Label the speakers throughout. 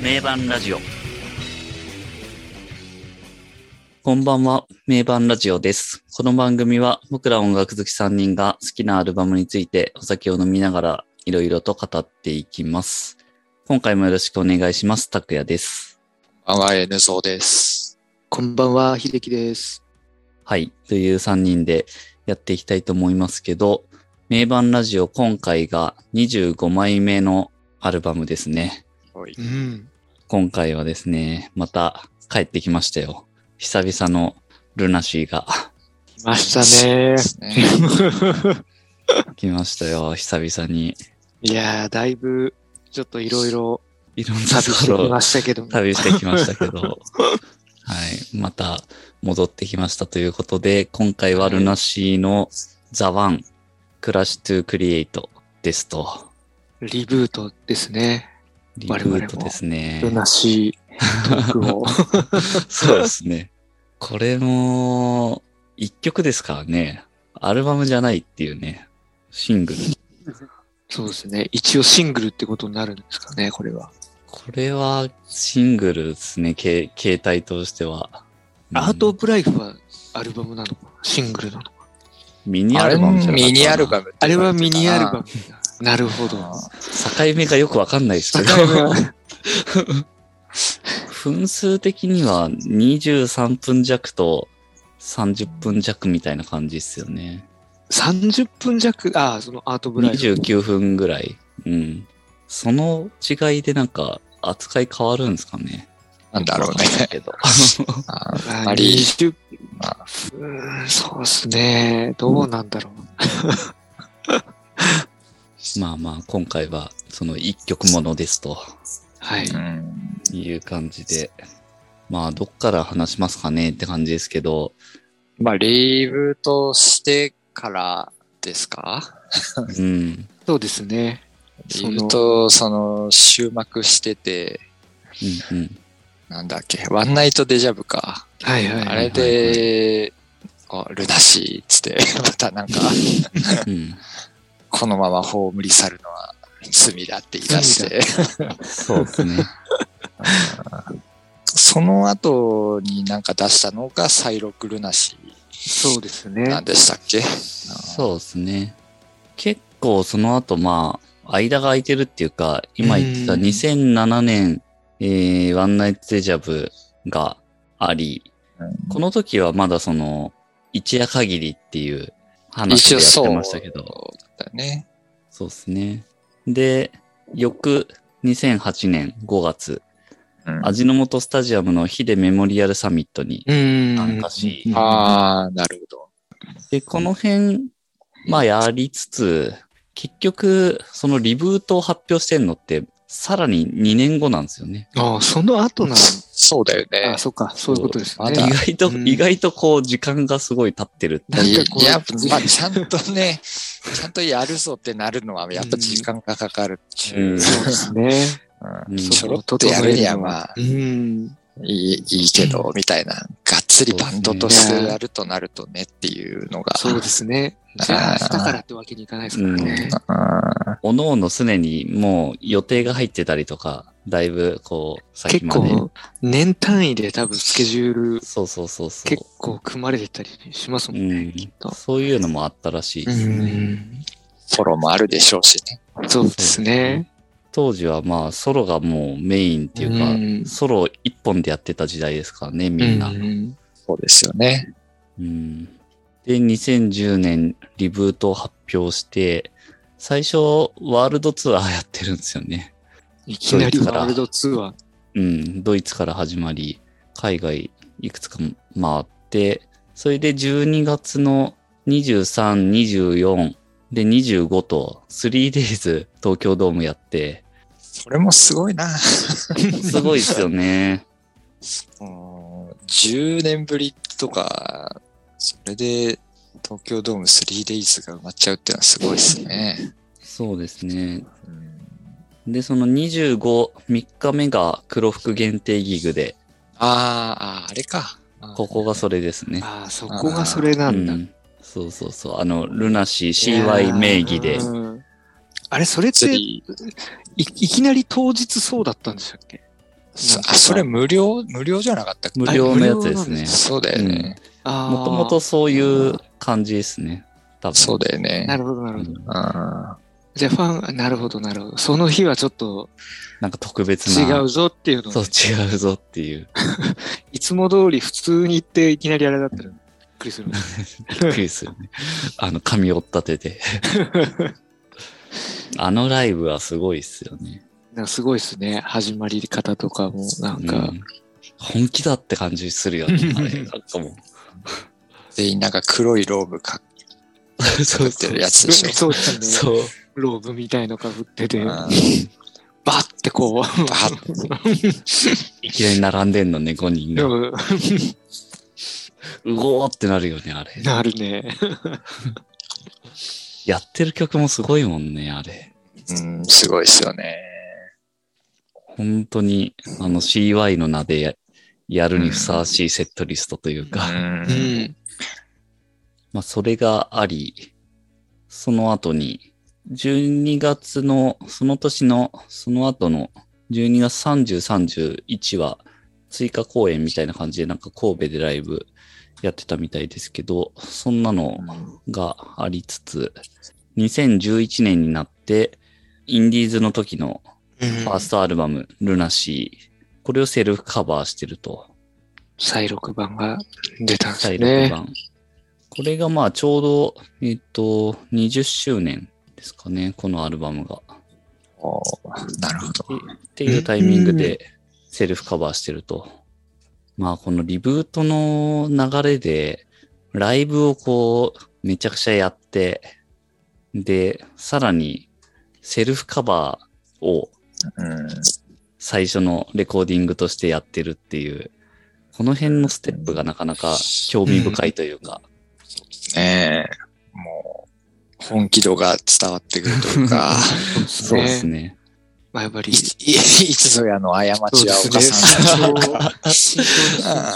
Speaker 1: 名盤ラジオ。こんばんは、名盤ラジオです。この番組は僕ら音楽好き3人が好きなアルバムについてお酒を飲みながらいろいろと語っていきます。今回もよろしくお願いします。拓也です。
Speaker 2: こんばんは、N ゾです。
Speaker 3: こんばんは、秀樹です。
Speaker 1: はい。という3人でやっていきたいと思いますけど、名盤ラジオ今回が25枚目のアルバムですね。
Speaker 2: はい。
Speaker 3: ん。
Speaker 1: 今回はですね、また帰ってきましたよ。久々のルナシーが
Speaker 3: 来ましたね
Speaker 2: で。すね。
Speaker 1: 来ましたよ。久々に。
Speaker 3: いやー、だいぶ、ちょっといろいろ
Speaker 1: いろんな
Speaker 3: 旅して
Speaker 1: とこ
Speaker 3: き
Speaker 1: ろ
Speaker 3: ましたけども。
Speaker 1: 旅してきましたけど、はい。また戻ってきましたということで、今回はルナシーのザワン、クラッシュトゥクリエイトですと。
Speaker 3: リブートですね。
Speaker 1: リブートですね。
Speaker 3: ルナシートークを。
Speaker 1: そうですね。これも、一曲ですからね。アルバムじゃないっていうね。シングル。
Speaker 3: そうですね。一応シングルってことになるんですかね、これは。
Speaker 1: これはシングルですね、け携帯としては。うん
Speaker 3: アート・オブ・ライフはアルバムなのかシングルなのか
Speaker 1: ミニアルバムじゃなかったな
Speaker 2: ミニアルバムって
Speaker 3: あれ
Speaker 2: 言わ
Speaker 3: は
Speaker 2: てたな。
Speaker 3: ミニアルバム。なるほど。
Speaker 1: 境目がよくわかんないです けど、分数的には23分弱と30分弱みたいな感じですよね。
Speaker 3: 30分弱、ああ、そのアート・オブ・ライフ。
Speaker 1: 29分ぐらい。うん。その違いでなんか扱い変わるんですかね。
Speaker 2: なんだろうね。
Speaker 1: け ど。
Speaker 2: あー
Speaker 3: あ
Speaker 2: あり
Speaker 3: 20
Speaker 2: まあ
Speaker 3: うんそうですね。どうなんだろう。
Speaker 1: まあまあ、今回はその1曲ものですと。
Speaker 3: はい。
Speaker 2: うん
Speaker 1: いう感じで。まあ、どっから話しますかねって感じですけど、
Speaker 2: まあ、リブートしてからですか
Speaker 1: うん。
Speaker 3: そうですね。
Speaker 2: リブート、その、終幕してて、
Speaker 1: うんうん。
Speaker 2: なんだっけ、ワンナイトデジャブか。
Speaker 3: はいはい。
Speaker 2: あれで、あルナシーっつって、 またなんか、
Speaker 1: うん、
Speaker 2: このまま葬り去るのは罪だって言い出して。
Speaker 1: そうですね。
Speaker 2: その後になんか出したのがサイロクルナシ
Speaker 3: そうです
Speaker 2: ー
Speaker 3: ね
Speaker 2: なん。でしたっけ
Speaker 1: そうですね。結構その後、まあ、間が空いてるっていうか、今言ってた
Speaker 3: うん
Speaker 1: 2007年、えー、ワンナイトデジャブがあり、
Speaker 2: うん
Speaker 1: この時はまだその、一夜限りっていう話で
Speaker 2: 一応
Speaker 1: や
Speaker 2: そ
Speaker 1: っ
Speaker 2: う
Speaker 1: てましたけど。
Speaker 2: だね。
Speaker 1: そうですね。で、翌2008年5月、
Speaker 2: うん
Speaker 1: 味の素スタジアムのヒデメモリアルサミットに
Speaker 3: うん
Speaker 1: 参加し、
Speaker 2: ああ、なるほど。
Speaker 1: で、この辺、まあやりつつ、結局、そのリブートを発表してんのって、さらに2年後なんですよね。
Speaker 3: ああ、その後な
Speaker 2: そうだよ
Speaker 3: の。
Speaker 2: ね
Speaker 3: あ、。そっか、そういうことです
Speaker 2: ま
Speaker 3: ね。
Speaker 1: 意
Speaker 2: だ
Speaker 1: 外と、
Speaker 3: うん
Speaker 1: 意外とこう、時間がすごい経ってるっていう。
Speaker 2: い
Speaker 3: なんかこう
Speaker 2: や、まあ、ちゃんとね、ちゃんとやるぞってなるのは、やっぱ時間がかかるっていう
Speaker 1: うん
Speaker 3: そうですね。
Speaker 2: うん
Speaker 1: うん
Speaker 2: ちょろっと
Speaker 3: そこを
Speaker 2: や
Speaker 3: 整
Speaker 2: る
Speaker 3: える
Speaker 2: には、
Speaker 3: の
Speaker 2: まあ、
Speaker 3: うん。
Speaker 2: いいいいけど、みたいな。がっつりバンドとし
Speaker 3: そうです
Speaker 2: て
Speaker 3: ね
Speaker 2: やるとなるとねっていうのが。
Speaker 3: そうですね。じゃあ、明日からってわけにいかないですからね。
Speaker 2: うん
Speaker 1: おのおの常にもう予定が入ってたりとか、だいぶこう、先
Speaker 3: 結
Speaker 1: まで。
Speaker 3: 構、年単位で多分スケジュール
Speaker 1: そうそうそうそう。
Speaker 3: 結構組まれてたりしますもん
Speaker 1: う
Speaker 3: ね、
Speaker 1: ん
Speaker 3: きっと。
Speaker 1: そういうのもあったらしいですね。
Speaker 3: ん。
Speaker 2: ソロもあるでしょうしね。
Speaker 3: そうですね。
Speaker 1: 当時はまあソロがもうメインっていうか、
Speaker 3: うん
Speaker 1: ソロ一本でやってた時代ですからね、みんな。うん
Speaker 3: ん。
Speaker 2: そうですよね。
Speaker 1: で、2010年リブートを発表して、最初ワールドツアーやってるんですよね。
Speaker 3: いきなりワールドツアー。
Speaker 1: うん、ドイツから始まり、海外いくつか回って、それで12月の23、24で25と 3days 東京ドームや って、
Speaker 2: それもすごいな。
Speaker 1: すごいですよね。
Speaker 2: うん10年ぶりとか、それで東京ドーム 3days が埋まっちゃうっていうのはすごいですね。
Speaker 1: そうですね。
Speaker 2: うん
Speaker 1: で、その25、3日目が黒服限定ギグで、
Speaker 2: あーあー、あれか。あー
Speaker 1: ここがそれですね。
Speaker 3: ああ、そこがそれなんだ
Speaker 1: う。んそうそうそう。あの、ルナシー CY 名義で。
Speaker 3: うんあれ、それって、い
Speaker 2: 次
Speaker 3: いきなり当日そうだったんでしたっけ
Speaker 2: そあ、それ無料無料じゃなかったっけ
Speaker 1: 無料のやつですね。
Speaker 2: そうだよね。
Speaker 3: あー
Speaker 1: もともとそういう感じですね。多分。
Speaker 2: そうだよね。
Speaker 3: なるほど、なるほど。
Speaker 1: うん
Speaker 2: あ
Speaker 3: じゃあファン、なるほど、なるほど。その日はちょっと
Speaker 1: なんか特別
Speaker 3: 違
Speaker 1: な。
Speaker 3: うぞっていうのを
Speaker 1: そう、違うぞっていう。
Speaker 3: いつも通り普通に行っていきなりあれだったらびっくりする。
Speaker 1: びっくりす るね。あの、髪を立てて。あのライブはすごいっすよね。
Speaker 3: なんかすごいですね。始まり方とかも、なんか、
Speaker 1: うん本気だって感じするよ ね。あれなんかも
Speaker 2: ー全員なんか黒いローブかっ
Speaker 1: う。そう
Speaker 2: てるやつでしょ。
Speaker 3: そうですね。
Speaker 1: そう。
Speaker 3: ローブみたいのかぶってて、バ
Speaker 2: あー
Speaker 3: ッてこう、
Speaker 2: バッ
Speaker 1: いきなり並んでんのね、5人
Speaker 3: で
Speaker 1: が。
Speaker 3: も
Speaker 1: うごーってなるよね、あれ。
Speaker 3: なるね。
Speaker 1: やってる曲もすごいもんね、あれ。
Speaker 2: うん、すごいですよね。
Speaker 1: 本当に、あの CY の名でややるにふさわしいセットリストという
Speaker 2: う。
Speaker 1: か、
Speaker 3: うんん。
Speaker 1: まあ、それがあり、その後に、12月の、その年の、その後の、12月30、31は、追加公演みたいな感じで、なんか神戸でライブやってたみたいですけど、そんなのがありつつ、2011年になって、インディーズの時のファーストアルバム、ルナシー、これをセルフカバーしてると。
Speaker 3: 再録版が出たんです
Speaker 1: 第6
Speaker 3: ね。
Speaker 1: 版。これがまあちょうど、えっ、と、20周年ですかね、このアルバムが。っ
Speaker 2: おーなるほど。
Speaker 1: ていうタイミングでセルフカバーしてると。まあこのリブートの流れで、ライブをこう、めちゃくちゃやって、で、さらにセルフカバーを
Speaker 2: うん。
Speaker 1: 最初のレコーディングとしてやってるっていう、この辺のステップがなかなか興味深いというか、
Speaker 2: ねえ。もう、本気度が伝わってくるという か、
Speaker 1: そうですね。
Speaker 3: まあやっぱり、
Speaker 2: いいいつぞやの過ちは犯さ
Speaker 3: そう
Speaker 2: ない。
Speaker 3: ですね慎重に慎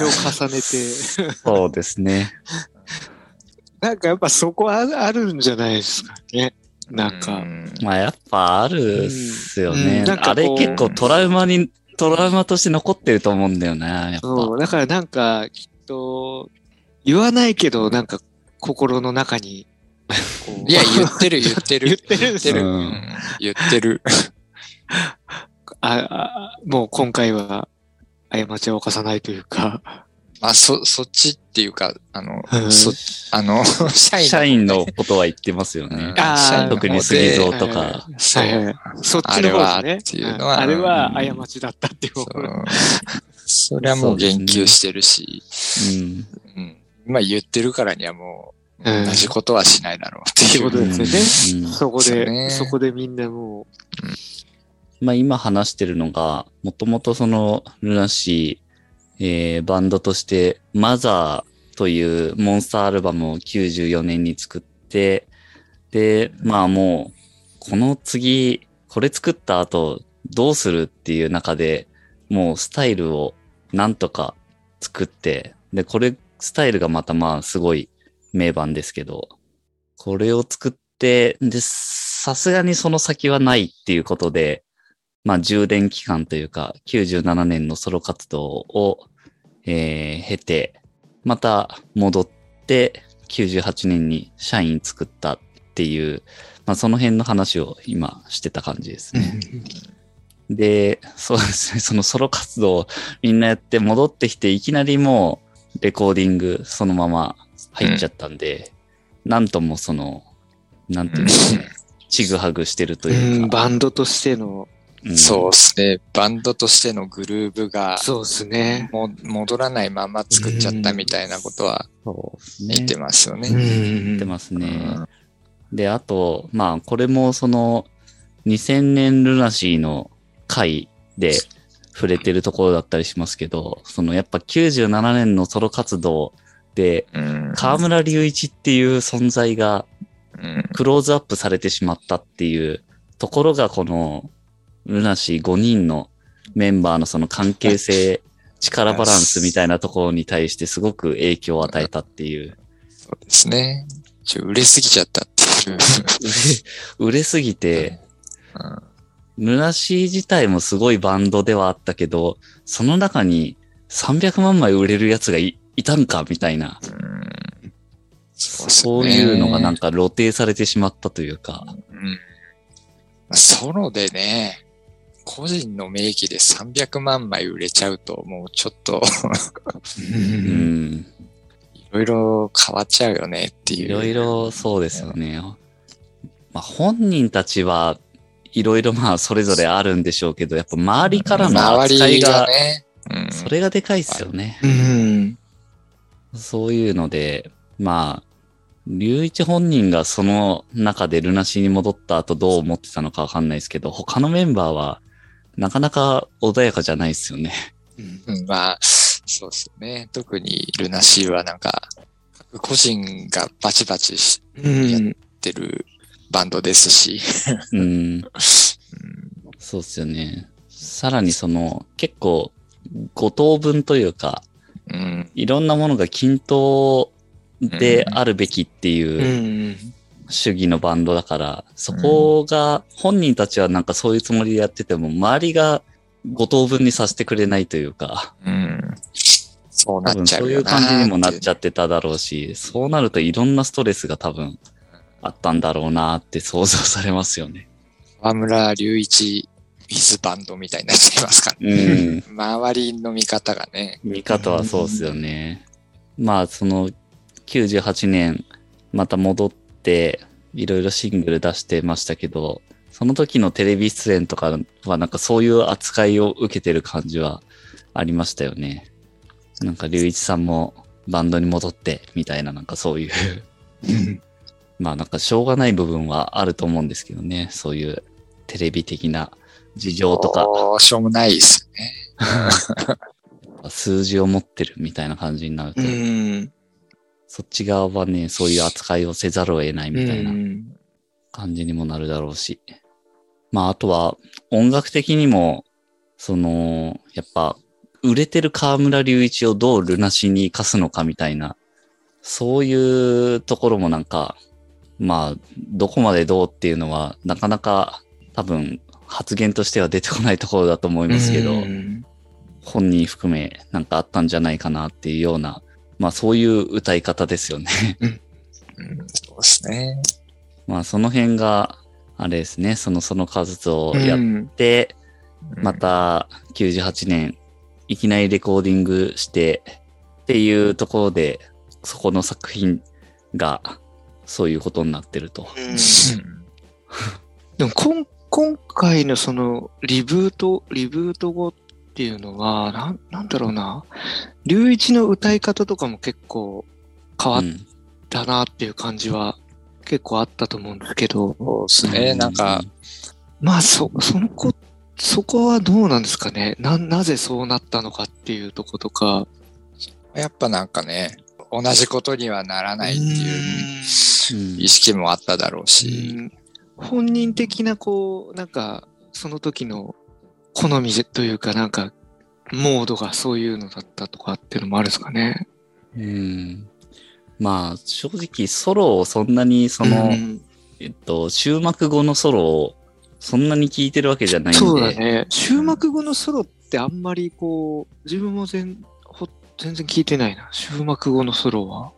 Speaker 3: 重を重ねて、
Speaker 1: そうですね。
Speaker 3: なんかやっぱそこはあるんじゃないですかね。 なんか、
Speaker 2: うん
Speaker 1: まあやっぱあるっすよね。
Speaker 3: うんなん
Speaker 1: あ
Speaker 3: かこ
Speaker 1: れ
Speaker 3: う
Speaker 1: 結構トラウマに、トラウマとして残ってると思うんだよな、やっぱ。
Speaker 3: そう、だからなんか、きっと、言わないけど、なんか、心の中に、こ う
Speaker 2: いや、言って る、言ってる。
Speaker 3: 言ってるんです
Speaker 1: よ
Speaker 2: うん言ってる。
Speaker 3: ああもう今回は、過ちは犯さないというか、
Speaker 2: まあ、そ、そっちっていうか、あの、
Speaker 3: うん
Speaker 2: そ、あの、社員。
Speaker 1: 社員のことは言ってますよね。
Speaker 3: あー
Speaker 2: 社員の
Speaker 1: 特
Speaker 2: 方
Speaker 1: に
Speaker 2: で
Speaker 1: 杉蔵とか。
Speaker 2: そう
Speaker 3: はいはいそっ
Speaker 2: あ
Speaker 3: ちの方ですね。
Speaker 2: れはっていうのは
Speaker 3: あれ
Speaker 1: う
Speaker 3: は
Speaker 1: ん
Speaker 3: 過ちだったっていう
Speaker 2: そ
Speaker 3: 方
Speaker 2: うそれはもう言及してるし、
Speaker 1: うん。
Speaker 2: うん。まあ言ってるからにはもう、
Speaker 3: うん
Speaker 2: 同じことはしないだろうって
Speaker 3: って
Speaker 2: い
Speaker 3: こ
Speaker 2: う。
Speaker 3: とです
Speaker 1: うん
Speaker 3: よね。そこ
Speaker 2: そう
Speaker 3: で、
Speaker 2: ね
Speaker 3: そこでみんなも
Speaker 1: まあ今話してるのが、もともとそのルナシー、えーバンドとしてマザーというモンスターアルバムを94年に作って、で、まあもう、この次、これ作った後どうするっていう中で、もうスタイルをなんとか作って、で、これ、スタイルがまたまあすごい名盤ですけど、これを作って、で、さすがにその先はないっていうことで、まあ充電期間というか、97年のソロ活動を、えー経て、また戻って、98年に社員作ったっていう、まあその辺の話を今してた感じです
Speaker 3: う、
Speaker 1: ね。、で、そうですね、そ のソロ活動をみんなやって戻ってきて、いきなりもうレコーディングそのまま入っちゃったんで、なんともその、なんていうんですかね、ちぐはぐしてるといううんか。
Speaker 3: バンドとしての、
Speaker 1: うん
Speaker 2: そうですね。バンドとしてのグルーブが、
Speaker 3: そうですね。
Speaker 2: も戻らないまま作っちゃったみたいなことは
Speaker 1: そうですね。
Speaker 2: 言ってますよね。
Speaker 1: 言って
Speaker 3: ん。
Speaker 1: ますね。で、あと、まあ、これもその、2000年ルナシーの回で触れてるところだったりしますけど、そのやっぱ97年のソロ活動で、
Speaker 2: うん。
Speaker 1: 河村隆一っていう存在が
Speaker 2: うん
Speaker 1: クローズアップされてしまったっていうところがこのルナシー5人のメンバーのその関係性、力バランスみたいなところに対してすごく影響を与えたっていう。
Speaker 2: そうですね。ちょ、売れすぎちゃったっていう。
Speaker 1: 売れ売れすぎて、ムラシー自体もすごいバンドではあったけど、その中に300万枚売れるやつがいいたんかみたいな、
Speaker 2: うん。そうっすね
Speaker 1: そういうのがなんか露呈されてしまったというか、
Speaker 2: うんまあソロでね、個人の名義で300万枚売れちゃうと、もうちょっと
Speaker 1: う
Speaker 2: い
Speaker 1: ん。
Speaker 2: ろいろ変わっちゃうよねっていう。
Speaker 1: いろいろそうですよね。まあ本人たちはいろいろまあそれぞれあるんでしょうけど、やっぱ周りからの
Speaker 2: 周
Speaker 1: 扱い
Speaker 2: りが
Speaker 1: が、
Speaker 2: ね。うん
Speaker 1: それがでかいですよね。
Speaker 3: うん。
Speaker 1: そういうので、まあ、龍一本人がその中でルナシーに戻った後どう思ってたのかわかんないですけど、他のメンバーはなかなか穏やかじゃないですよね。
Speaker 2: うん、まあ、そうですね。特にルナシーはなんか、各個人がバチバチし
Speaker 3: うん。
Speaker 2: てるバンドですし。
Speaker 1: うん。
Speaker 2: うん
Speaker 1: そうっすよね。さらにその、結構、五等分というか、
Speaker 2: うん。
Speaker 1: いろんなものが均等であるべきって
Speaker 3: う。
Speaker 1: いうん主義のバンドだから、そこが、本人たちはなんかそういうつもりでやってても、周りが五等分にさせてくれないというか、
Speaker 2: うん。そう
Speaker 1: 多
Speaker 2: なっ
Speaker 1: 分
Speaker 2: ちゃ
Speaker 1: そう
Speaker 2: う
Speaker 1: い
Speaker 2: よ
Speaker 1: う
Speaker 2: なー
Speaker 1: 感じにもなっち
Speaker 2: ゃ
Speaker 1: ゃってただろうし、そうなるといろんなストレスが多分あったんだろうなって想像されますよね。
Speaker 2: 河村隆一、ウィズバンドみたいになっちゃいますからね。
Speaker 1: うん。
Speaker 2: 周りの見方がね。
Speaker 1: 見方はそうですよね。まあ、その、98年、また戻って、いろいろシングル出してましたけど、その時のテレビ出演とかは、なんかそういう扱いを受けてる感じはありましたよね。なんか、隆一さんもバンドに戻って、みたいな、なんかそういう。まあ、なんかしょうがない部分はあると思うんですけどね。そういうテレビ的な事情とか。
Speaker 2: どうしようもないですよね。
Speaker 1: 数字を持ってるみたいな感じになると、
Speaker 3: うん。
Speaker 1: そっち側はね、そういう扱いをせざるを得ないみたいな
Speaker 3: うん
Speaker 1: 感じにもなるだろうし。まあ、あとは音楽的にも、その、やっぱ、売れてる河村隆一をどうルナシーに生かすのかみたいな、そういうところもなんか、まあ、どこまでどうっていうのは、なかなか多分発言としては出てこないところだと思いますけど、
Speaker 3: うん
Speaker 1: 本人含めなんかあったんじゃないかなっていうような、まあそういう歌い方ですよね。
Speaker 2: うん、そうですね。
Speaker 1: まあその辺が、あれですね、そのその数をやって、
Speaker 2: うん
Speaker 1: ま、た98年、いきなりレコーディングしてっていうところで、そこの作品がそういうことになってると。
Speaker 3: うん
Speaker 2: うん
Speaker 3: でもこん今回のそのリブート、リブート後っていうのは、なんなんだろうな。龍一の歌い方とかも結構変わっ
Speaker 1: うん
Speaker 3: たなっていう感じは結構あったと思うんですけど、
Speaker 2: そうですね。なんか、、
Speaker 3: まあそ、そのこ、そこはどうなんですかね。な、なぜそうなったのかっていうとことか。
Speaker 2: やっぱなんかね、同じことにはならないっていう
Speaker 1: うん
Speaker 2: 意識もあっただろうし。
Speaker 3: うん本人的なこうなんかその時の好みというかなんかモードがそういうのだったとかっていうのもあるんですかね。
Speaker 1: うんまあ正直ソロをそんなにその、
Speaker 3: うん
Speaker 1: えっと、終幕後のソロをそんなに聞いてるわけじゃないんで。
Speaker 3: そうだね。終幕後のソロってあんまりこう自分も全ほ全然聞いてないな。終幕後のソロは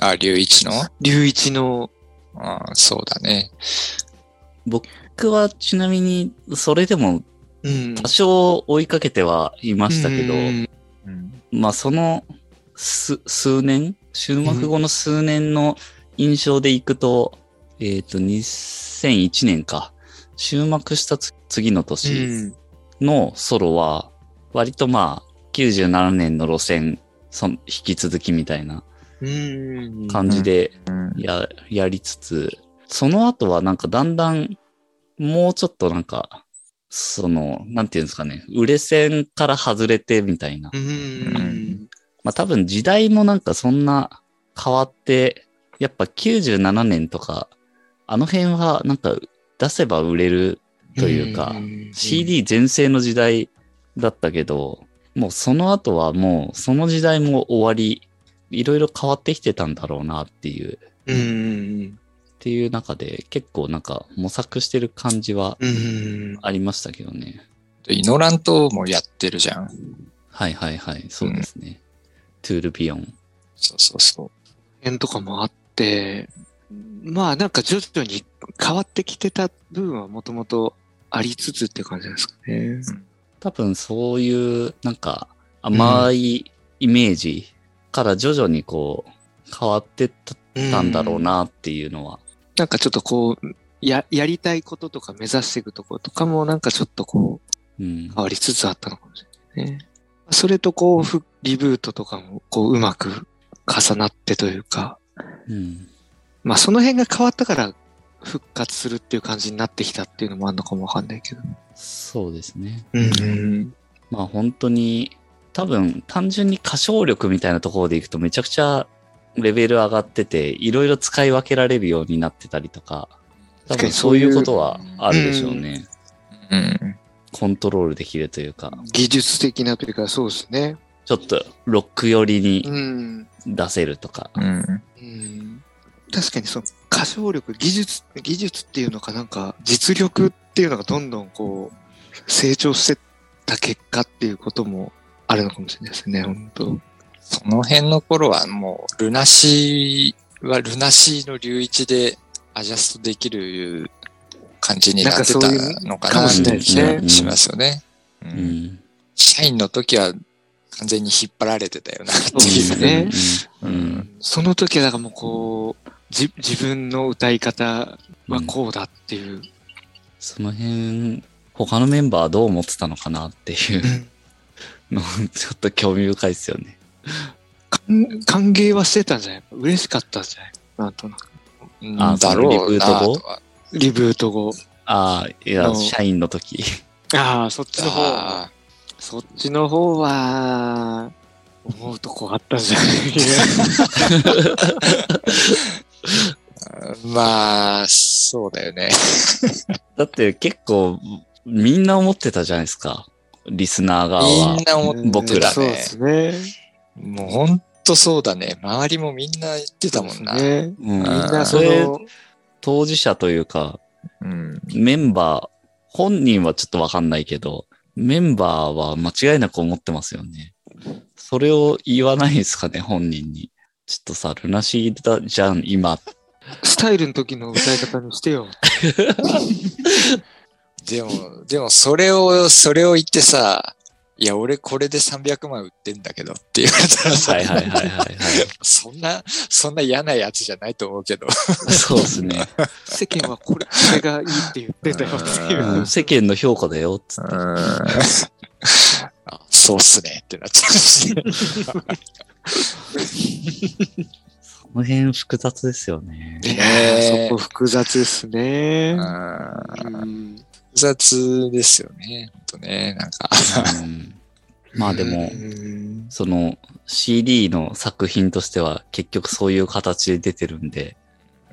Speaker 2: あ、隆一の
Speaker 3: 龍一の
Speaker 2: うん、そうだね。
Speaker 1: 僕はちなみに、それでも
Speaker 3: うん
Speaker 1: 多少追いかけてはいましたけど、
Speaker 3: うん
Speaker 2: うん。
Speaker 1: まあその数数年、終幕後の数年の印象でいくと、えっ、と、2001年か。終幕したつ次の年
Speaker 3: うん
Speaker 1: のソロは、割とまあ、97年の路線、その引き続きみたいな
Speaker 3: うん
Speaker 1: 感じで
Speaker 2: うん
Speaker 1: や、やりつつ、その後はなんかだんだん、もうちょっとなんか、その、なんていうんですかね、売れ線から外れてみたいな。
Speaker 3: うん
Speaker 1: まあ多分時代もなんかそんな変わって、やっぱ97年とか、あの辺はなんか出せば売れるというか、
Speaker 3: ん
Speaker 1: CD 全盛の時代だったけど、もうその後はもうその時代も終わり、いろいろ変わってきてたんだろうなっていう。
Speaker 3: うん
Speaker 1: っっていう中で結構なんか模索してる感じは
Speaker 3: うん。
Speaker 1: ありましたけどね。
Speaker 2: イノラントもやってるじゃん。
Speaker 1: はいはいはい、そうですね。トゥールビヨン。
Speaker 2: そうそうそう。
Speaker 3: 辺とかもあって、まあなんか徐々に変わってきてた部分はもともとありつつって感じなんですかね。
Speaker 1: 多分そういうなんか甘いイメージから徐々にこう変わってったんだろうなっていうのは。
Speaker 3: なんかちょっとこう、や、やりたいこととか目指していくところとかもなんかちょっとこう、
Speaker 1: うん。
Speaker 3: 変わりつつあったのかもしれないね。それとこうふ、リブートとかもこう、うまく重なってというか、
Speaker 1: うん。
Speaker 3: まあその辺が変わったから復活するっていう感じになってきたっていうのもあるのかもわかんないけど。
Speaker 1: そうですね。
Speaker 2: うん。
Speaker 1: まあ本当に多分単純に歌唱力みたいなところでいくとめちゃくちゃレベル上がってていろいろ使い分けられるようになってたりとか多
Speaker 3: 確か
Speaker 1: 分
Speaker 3: に
Speaker 1: そ
Speaker 3: そうう
Speaker 1: い
Speaker 3: いうう
Speaker 1: ことはあるでしょうね。
Speaker 2: うん。
Speaker 1: コントロールできるというか
Speaker 3: 技術的なというか、そうですね。
Speaker 1: ちょっとロック寄りに
Speaker 3: うん。
Speaker 1: 出せるとか。
Speaker 2: うん。
Speaker 3: うん確かにその歌唱力、技術、技術っていうのかなんか実力っていうのがどんどんこう成長してった結果っていうこともあるのかもしれないですね、本当
Speaker 2: その辺の頃はもう、ルナシーはルナシーの流一でアジャストできる感じになってたのか
Speaker 3: か
Speaker 2: な
Speaker 3: も
Speaker 2: っ
Speaker 3: しれな
Speaker 2: て
Speaker 3: いですね。
Speaker 2: しますよね。う。
Speaker 1: うんん。
Speaker 2: 社員の時は完全に引っ張られてたよなって
Speaker 3: そうで
Speaker 2: いう
Speaker 3: すね
Speaker 1: うん。うん
Speaker 3: その時はだからもうこう、じ自分の歌い方はこうだっていう。
Speaker 1: その辺他のメンバーはどう思ってたのかなっていうのちょっと興味深いですよね。
Speaker 3: うん歓迎はしてたんじゃない嬉しかったんじゃないなんとなく。
Speaker 2: うん
Speaker 1: あ
Speaker 2: だ
Speaker 1: そ
Speaker 2: ろ
Speaker 1: の
Speaker 2: う
Speaker 1: リブー
Speaker 2: な
Speaker 1: ト後
Speaker 2: とは。
Speaker 3: リブート後。
Speaker 1: ああ、いや、
Speaker 3: あの
Speaker 1: 社員の時。
Speaker 3: ああ、そっちの方。
Speaker 2: あ
Speaker 3: そっちの方は、思うとこあったんじゃない
Speaker 2: ーまあ、そうだよね。
Speaker 1: だって結構みんな思ってたじゃないですか。リスナー側は
Speaker 2: みん。な思っ
Speaker 1: 僕らね
Speaker 3: そうですね。
Speaker 2: もうほんとそうだね。周りもみんな言ってたもんな。
Speaker 3: そうですね
Speaker 1: うん、
Speaker 3: みんな
Speaker 1: そ
Speaker 3: そ
Speaker 1: れ
Speaker 3: の、
Speaker 1: 当事者というか、
Speaker 2: うん。
Speaker 1: メンバー、本人はちょっとわかんないけど、メンバーは間違いなく思ってますよね。それを言わないですかね、本人に。ちょっとさ、ルナシーだじゃん、今。
Speaker 3: スタイルの時の歌い方にしてよ。
Speaker 2: でも、でもそれを、それを言ってさ、いや、俺これで300万売ってんだけどって言われたら さ、
Speaker 1: はいはいはいはい、はい。
Speaker 2: そんな、そんな嫌なやつじゃないと思うけど。
Speaker 1: そうですね、
Speaker 3: 世間はこれ、これがいいって言ってたよっていうう。
Speaker 1: ん。世間の評価だよ、 つって。
Speaker 2: あそうっすねってなっちゃうし。
Speaker 1: この辺複雑ですよ ね。
Speaker 3: いや
Speaker 2: ね
Speaker 3: ーそこ複雑ですね。
Speaker 2: うん
Speaker 3: うん
Speaker 2: 複雑ですよね。ほんとね、なんか。
Speaker 1: うん、まあでも、
Speaker 3: うん
Speaker 1: その CD の作品としては結局そういう形で出てるんで、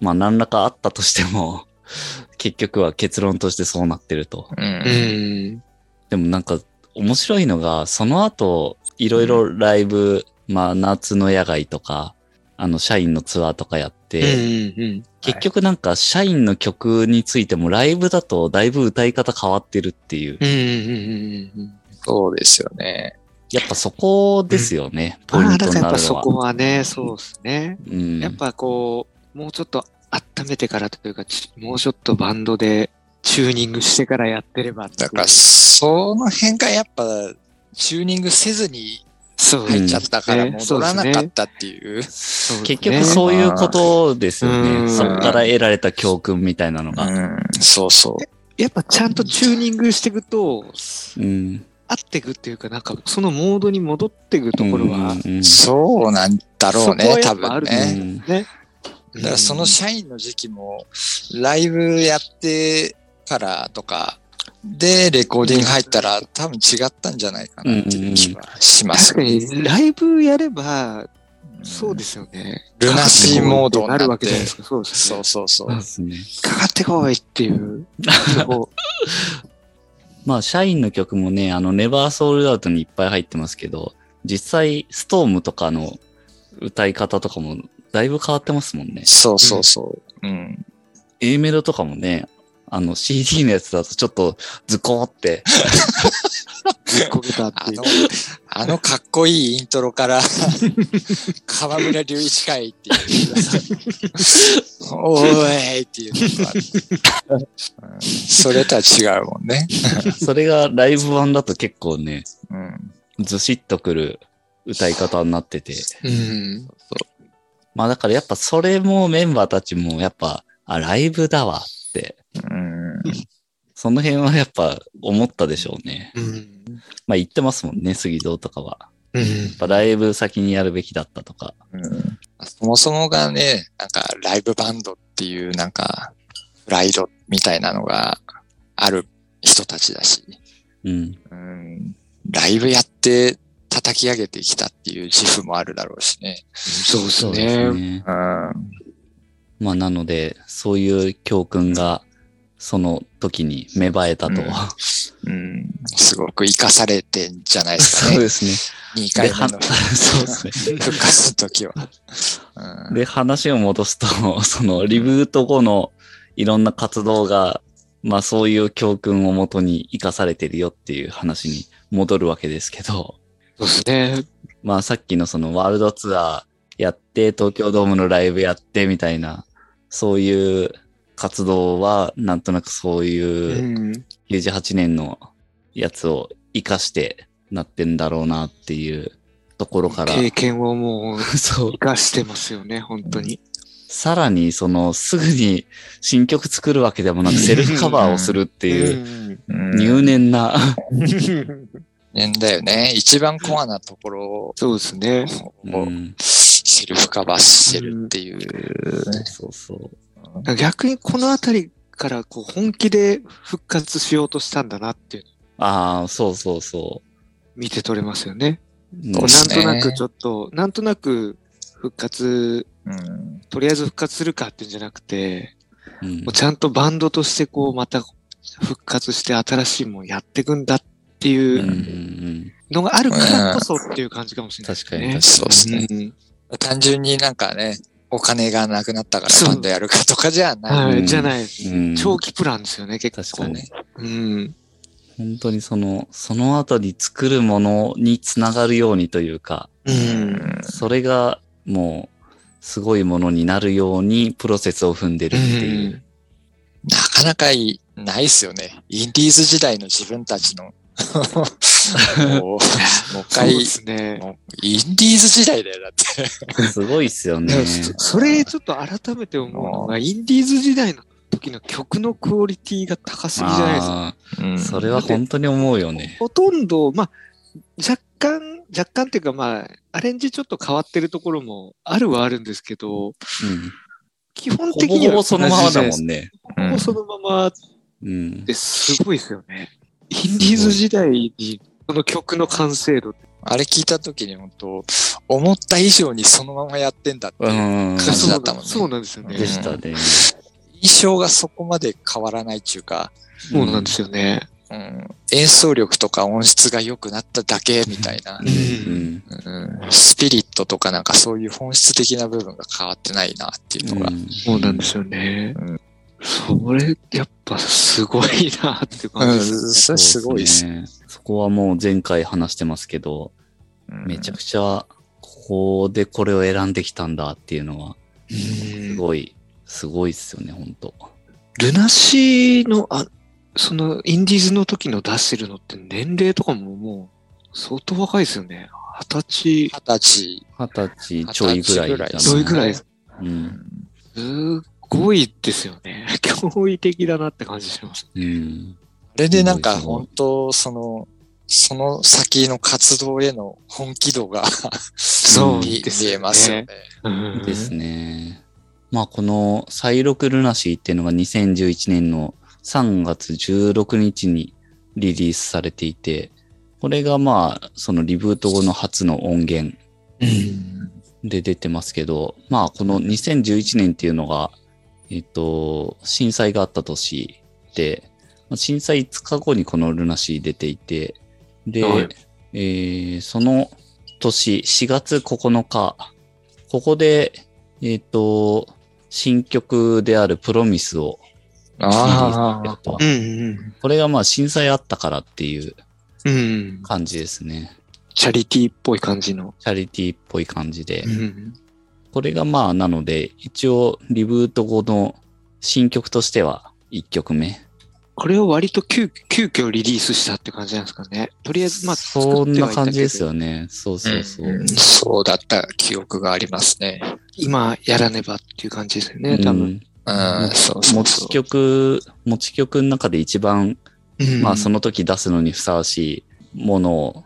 Speaker 1: まあ何らかあったとしても、 結局は結論としてそうなってると。
Speaker 2: う。
Speaker 3: うんん。
Speaker 1: でもなんか面白いのが、その後、いろいろライブ、まあ夏の野外とか、あの社員のツアーとかやって、
Speaker 3: うん。
Speaker 1: 結局なんか社員の曲についてもライブだとだいぶ歌い方変わってるっていう。
Speaker 3: うん。うん。
Speaker 2: そうですよね。
Speaker 1: やっぱそこですよね、ポイ
Speaker 3: あ
Speaker 1: ン
Speaker 3: あ、だ
Speaker 1: ト
Speaker 3: か
Speaker 1: に
Speaker 3: ら
Speaker 1: な
Speaker 3: やっ
Speaker 1: るの
Speaker 3: ぱそ
Speaker 1: は。
Speaker 3: こはね、そうですね。
Speaker 1: うん
Speaker 3: やっぱこう、もうちょっと温めてからというか、ちもうちょっとバンドでチューニングしてからやってればってい
Speaker 2: だ
Speaker 3: う
Speaker 2: から、その辺がやっぱ、チューニングせずに
Speaker 3: そう、
Speaker 2: 入っちゃったから
Speaker 3: うん
Speaker 2: 戻らなかったっていう。
Speaker 3: そう
Speaker 1: 結局そういうことですよ
Speaker 3: う
Speaker 1: ね。
Speaker 3: ん
Speaker 1: そこから得られた教訓みたいなのが。
Speaker 2: うん、そうそう。
Speaker 3: やっぱちゃんとチューニングしていくと、
Speaker 1: うん。
Speaker 3: 合っていくっていうか、なんかそのモードに戻っていくところは、
Speaker 1: うん
Speaker 2: そうなんだろう
Speaker 3: そこ
Speaker 2: ね
Speaker 3: は、や
Speaker 2: 多
Speaker 3: っぱあ
Speaker 2: 分
Speaker 3: る
Speaker 1: う
Speaker 2: ね。
Speaker 1: ん
Speaker 3: ね。
Speaker 2: だからその社員の時期も、ライブやってからとか、で、レコーディング入ったら多分違ったんじゃないかなっていう気はします
Speaker 3: 確。かに、ライブやれ
Speaker 2: う
Speaker 3: ば、
Speaker 2: ん
Speaker 3: そうですよね。
Speaker 2: ルナシーモードにな
Speaker 3: な
Speaker 2: って
Speaker 3: るわけじゃないですか。そうです
Speaker 2: そ
Speaker 3: ね
Speaker 2: う。そうそ
Speaker 1: そう
Speaker 2: う
Speaker 1: で。すね。
Speaker 3: かかってこいって いう。こう
Speaker 1: まあ、社員の曲もね、あの、ネバーソールアウトにいっぱい入ってますけど、実際、ストームとかの歌い方とかもだいぶ変わってますもんね。
Speaker 2: そうそうそう。うん。
Speaker 1: A メロとかもね、あの CD のやつだとちょっとズコー って、
Speaker 3: ずっこけたって
Speaker 2: あ
Speaker 3: いう
Speaker 2: の。、あのかっこいいイントロから、河村隆一会っていう。おーいっていうのがある、うんそれとは違うもんね。
Speaker 1: それがライブ版だと結構ね、
Speaker 2: うん。
Speaker 1: ずしっとくる歌い方になってて。
Speaker 2: うん。
Speaker 1: まあだからやっぱそれもメンバーたちもやっぱ、あ、ライブだわって、
Speaker 2: うん。
Speaker 1: その辺はやっぱ思ったでしょうね。
Speaker 4: うん。
Speaker 1: まあ言ってますもんね、杉蔵とかは。
Speaker 4: うん
Speaker 1: やっ。ぱライブ先にやるべきだったとか。
Speaker 2: うんそもそもがね、なんかライブバンドっていうなんか、プライドみたいなのがある人たちだし、
Speaker 1: うん。
Speaker 2: うん、ライブやって叩き上げてきたっていう自負もあるだろうしね。
Speaker 3: そうです
Speaker 1: です
Speaker 3: ね。
Speaker 1: ね。
Speaker 2: うん。
Speaker 1: まあなので、そういう教訓が、その時に芽生えたと。
Speaker 2: うんうん、すごく活かされてんじゃないです かね。
Speaker 1: すね。
Speaker 2: 2
Speaker 1: で、
Speaker 2: 回目
Speaker 1: は
Speaker 2: の
Speaker 1: そうですね。
Speaker 2: 復活の時は。うん
Speaker 1: で、話を戻すと、 そのリブート後のいろんな活動が、まあそういう教訓をもとに生かされてるよっていう話に戻るわけですけど、
Speaker 3: そうですね。
Speaker 1: まあさっきのそのワールドツアーやって、東京ドームのライブやってみたいな、そういう活動はなんとなくそういう
Speaker 3: うん。
Speaker 1: 98年のやつを生かしてなってんだろうなっていうところから、
Speaker 3: 経験をもう、
Speaker 1: そう
Speaker 3: 生かしてますよね、本当に。
Speaker 1: さらに、その、すぐに新曲作るわけでもなく、セルフカバーをするっていう、
Speaker 2: うん
Speaker 1: 入念な、
Speaker 2: 年だよね。一番コアなところを、
Speaker 3: そうですね。
Speaker 1: う
Speaker 2: を
Speaker 1: ん
Speaker 2: セルフカバーしてるっていう。
Speaker 1: そうそう。
Speaker 3: 逆にこのあたりからこう本気で復活しようとしたんだなっていうの
Speaker 1: ああ、そうそうそ
Speaker 3: 見て取れますよね。
Speaker 1: う。
Speaker 3: こ
Speaker 2: そうう
Speaker 1: う
Speaker 2: っ
Speaker 3: なん
Speaker 2: すね
Speaker 3: となくちょっと、なんとなく復活、
Speaker 2: うん
Speaker 3: とりあえず復活するかっていうんじゃなくて、
Speaker 1: ん
Speaker 3: もうちゃんとバンドとしてこうまた復活して新しいもんやっていくんだって
Speaker 1: う
Speaker 3: い
Speaker 1: んうんう
Speaker 3: うんのがあるからこそっていう感じかもしれないですね。
Speaker 2: そうですね。
Speaker 3: うん
Speaker 2: 単純になんかね、お金がなくなったから
Speaker 3: そう
Speaker 2: バンドやるかとかじゃない。
Speaker 3: は
Speaker 1: うん
Speaker 3: い、じゃないです。
Speaker 1: うん
Speaker 3: 長期プランですよね、結構。
Speaker 1: 確かにね。
Speaker 3: うん。
Speaker 1: 本当にその、その後に作るものにつながるようにというか、
Speaker 3: うん。
Speaker 1: それがもう、すごいものになるようにプロセスを踏んでるっていう。
Speaker 2: なかなかいないっすよね。インディーズ時代の自分た ちの。もう、もう一
Speaker 3: そう
Speaker 2: 回、
Speaker 3: ですね。
Speaker 2: もうインディーズ時代だよ、だって。
Speaker 1: すごいっすよね
Speaker 3: で。もそそれちょっと改めて思うのが、インディーズ時代の時の曲のクオリティが高すぎじゃないですか。
Speaker 1: ああそれは本当に思うよね。
Speaker 3: ほとんど、まあ、若干、若干っていうか、まあ、アレンジちょっと変わってるところもあるはあるんですけど、
Speaker 1: うん
Speaker 3: 基本
Speaker 1: ほ
Speaker 3: 的
Speaker 1: ぼ
Speaker 3: に
Speaker 1: ほ
Speaker 3: は
Speaker 1: ぼそのままだもん
Speaker 3: ね。
Speaker 1: ね。
Speaker 3: ほぼそのまま
Speaker 1: うん
Speaker 3: で。すごいですよね。インディーズ時代に、その曲の完成度って
Speaker 2: あれ聞いた時に本当、思った以上にそのままやってんだって
Speaker 1: う
Speaker 2: いう。
Speaker 1: ん。
Speaker 2: 感じだったもんね
Speaker 3: そうなんですよね。
Speaker 1: でしたね。
Speaker 2: 印象がそこまで変わらないっていうか、
Speaker 3: そうなんですよね。
Speaker 2: うん、演奏力とか音質が良くなっただけみたいな。
Speaker 1: う
Speaker 3: うん
Speaker 1: ん。
Speaker 2: うんスピリットとかなんかそういう本質的な部分が変わってないなっていうのが。
Speaker 3: そうなんですよね。
Speaker 2: うん
Speaker 3: それ、やっぱすごいなって
Speaker 2: う
Speaker 3: 感
Speaker 2: ん、
Speaker 3: じです。
Speaker 2: それすごいです。
Speaker 1: ね。そこはもう前回話してますけど、めちゃくちゃここでこれを選んできたんだっていうのは、すごい、すごいっすよね、ほんと。
Speaker 3: ルナシーの、あ、その、インディーズの時の出してるのって年齢とかももう、相当若いですよね。二十歳、
Speaker 2: 二十
Speaker 1: 二十歳ちょいぐらいだな。
Speaker 2: 二十歳
Speaker 3: どういうぐらいです
Speaker 1: う
Speaker 2: 歳
Speaker 1: ん。。
Speaker 3: すごいですよね。 驚異的だなって感じします。
Speaker 1: うん。
Speaker 2: あれでなんか本当、その、その先の活動への本気度が
Speaker 3: そう
Speaker 2: 見
Speaker 3: です
Speaker 2: 見え
Speaker 3: よね
Speaker 2: ますよね。
Speaker 3: うん
Speaker 1: ですね。まあこの「再録ルナシー」っていうのが2011年の3月16日にリリースされていて、これがまあそのリブート後の初の音源で出てますけど、まあこの2011年っていうのが、えっと、震災があった年で、まあ震災5日後にこのルナシー出ていて、で、
Speaker 3: はい
Speaker 1: えーその年4月9日、ここで、えっと、新曲であるプロミスを
Speaker 2: ああ。
Speaker 1: と
Speaker 3: う、ん
Speaker 1: これがまあ震災あったからっていう
Speaker 3: うん。うん。
Speaker 1: 感じですね。
Speaker 3: チャリティーっぽい感じの。
Speaker 1: チャリティっぽい感じで。
Speaker 3: ん。
Speaker 1: これがまあなので、一応リブート後の新曲としては1曲目。
Speaker 3: これを割と急急遽リリースしたって感じなんですかね。とりあえず、まあ、
Speaker 1: そんな感じです
Speaker 3: よ。
Speaker 1: よね。そうそうそう。
Speaker 2: んそうだった記憶がありますね。
Speaker 3: 今やらねばっていう感じですよね、多
Speaker 1: う
Speaker 3: 分。
Speaker 1: ん
Speaker 2: うん、そうそ
Speaker 1: 持
Speaker 2: うそ
Speaker 1: ち曲、持ち曲の中で一番、
Speaker 3: うん
Speaker 1: まあその時出すのにふさわしいものを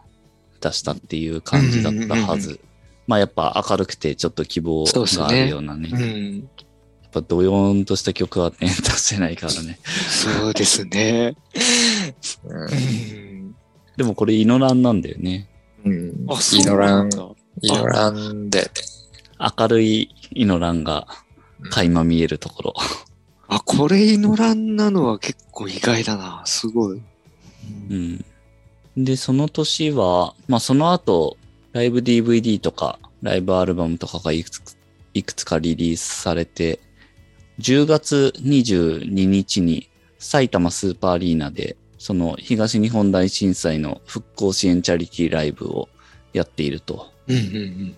Speaker 1: 出したっていう感じだったはず。まあやっぱ明るくてちょっと希望
Speaker 3: そうです
Speaker 1: が
Speaker 3: ね
Speaker 1: あるようなね。
Speaker 3: う
Speaker 1: や
Speaker 3: ん。
Speaker 1: っぱドヨーンとした曲はね、 出せないからね。
Speaker 3: そうですね。
Speaker 2: う。うん
Speaker 3: うん。
Speaker 1: でもこれイノランなんだよね。
Speaker 2: うん
Speaker 3: あ、そ
Speaker 2: イノ
Speaker 3: う
Speaker 2: ラ
Speaker 3: な
Speaker 2: ン
Speaker 3: ん、だ。
Speaker 2: イノランで。
Speaker 1: 明るいイノランが垣間見えるところ。
Speaker 3: あ、これイノランなのは結構意外だな。すごい。
Speaker 1: うん。で、その年は、まあその後、ライブ DVD とか、ライブアルバムとかがいくついくつかリリースされて、10月22日に埼玉スーパーアリーナで、その東日本大震災の復興支援チャリティーライブをやっていると
Speaker 3: うんうん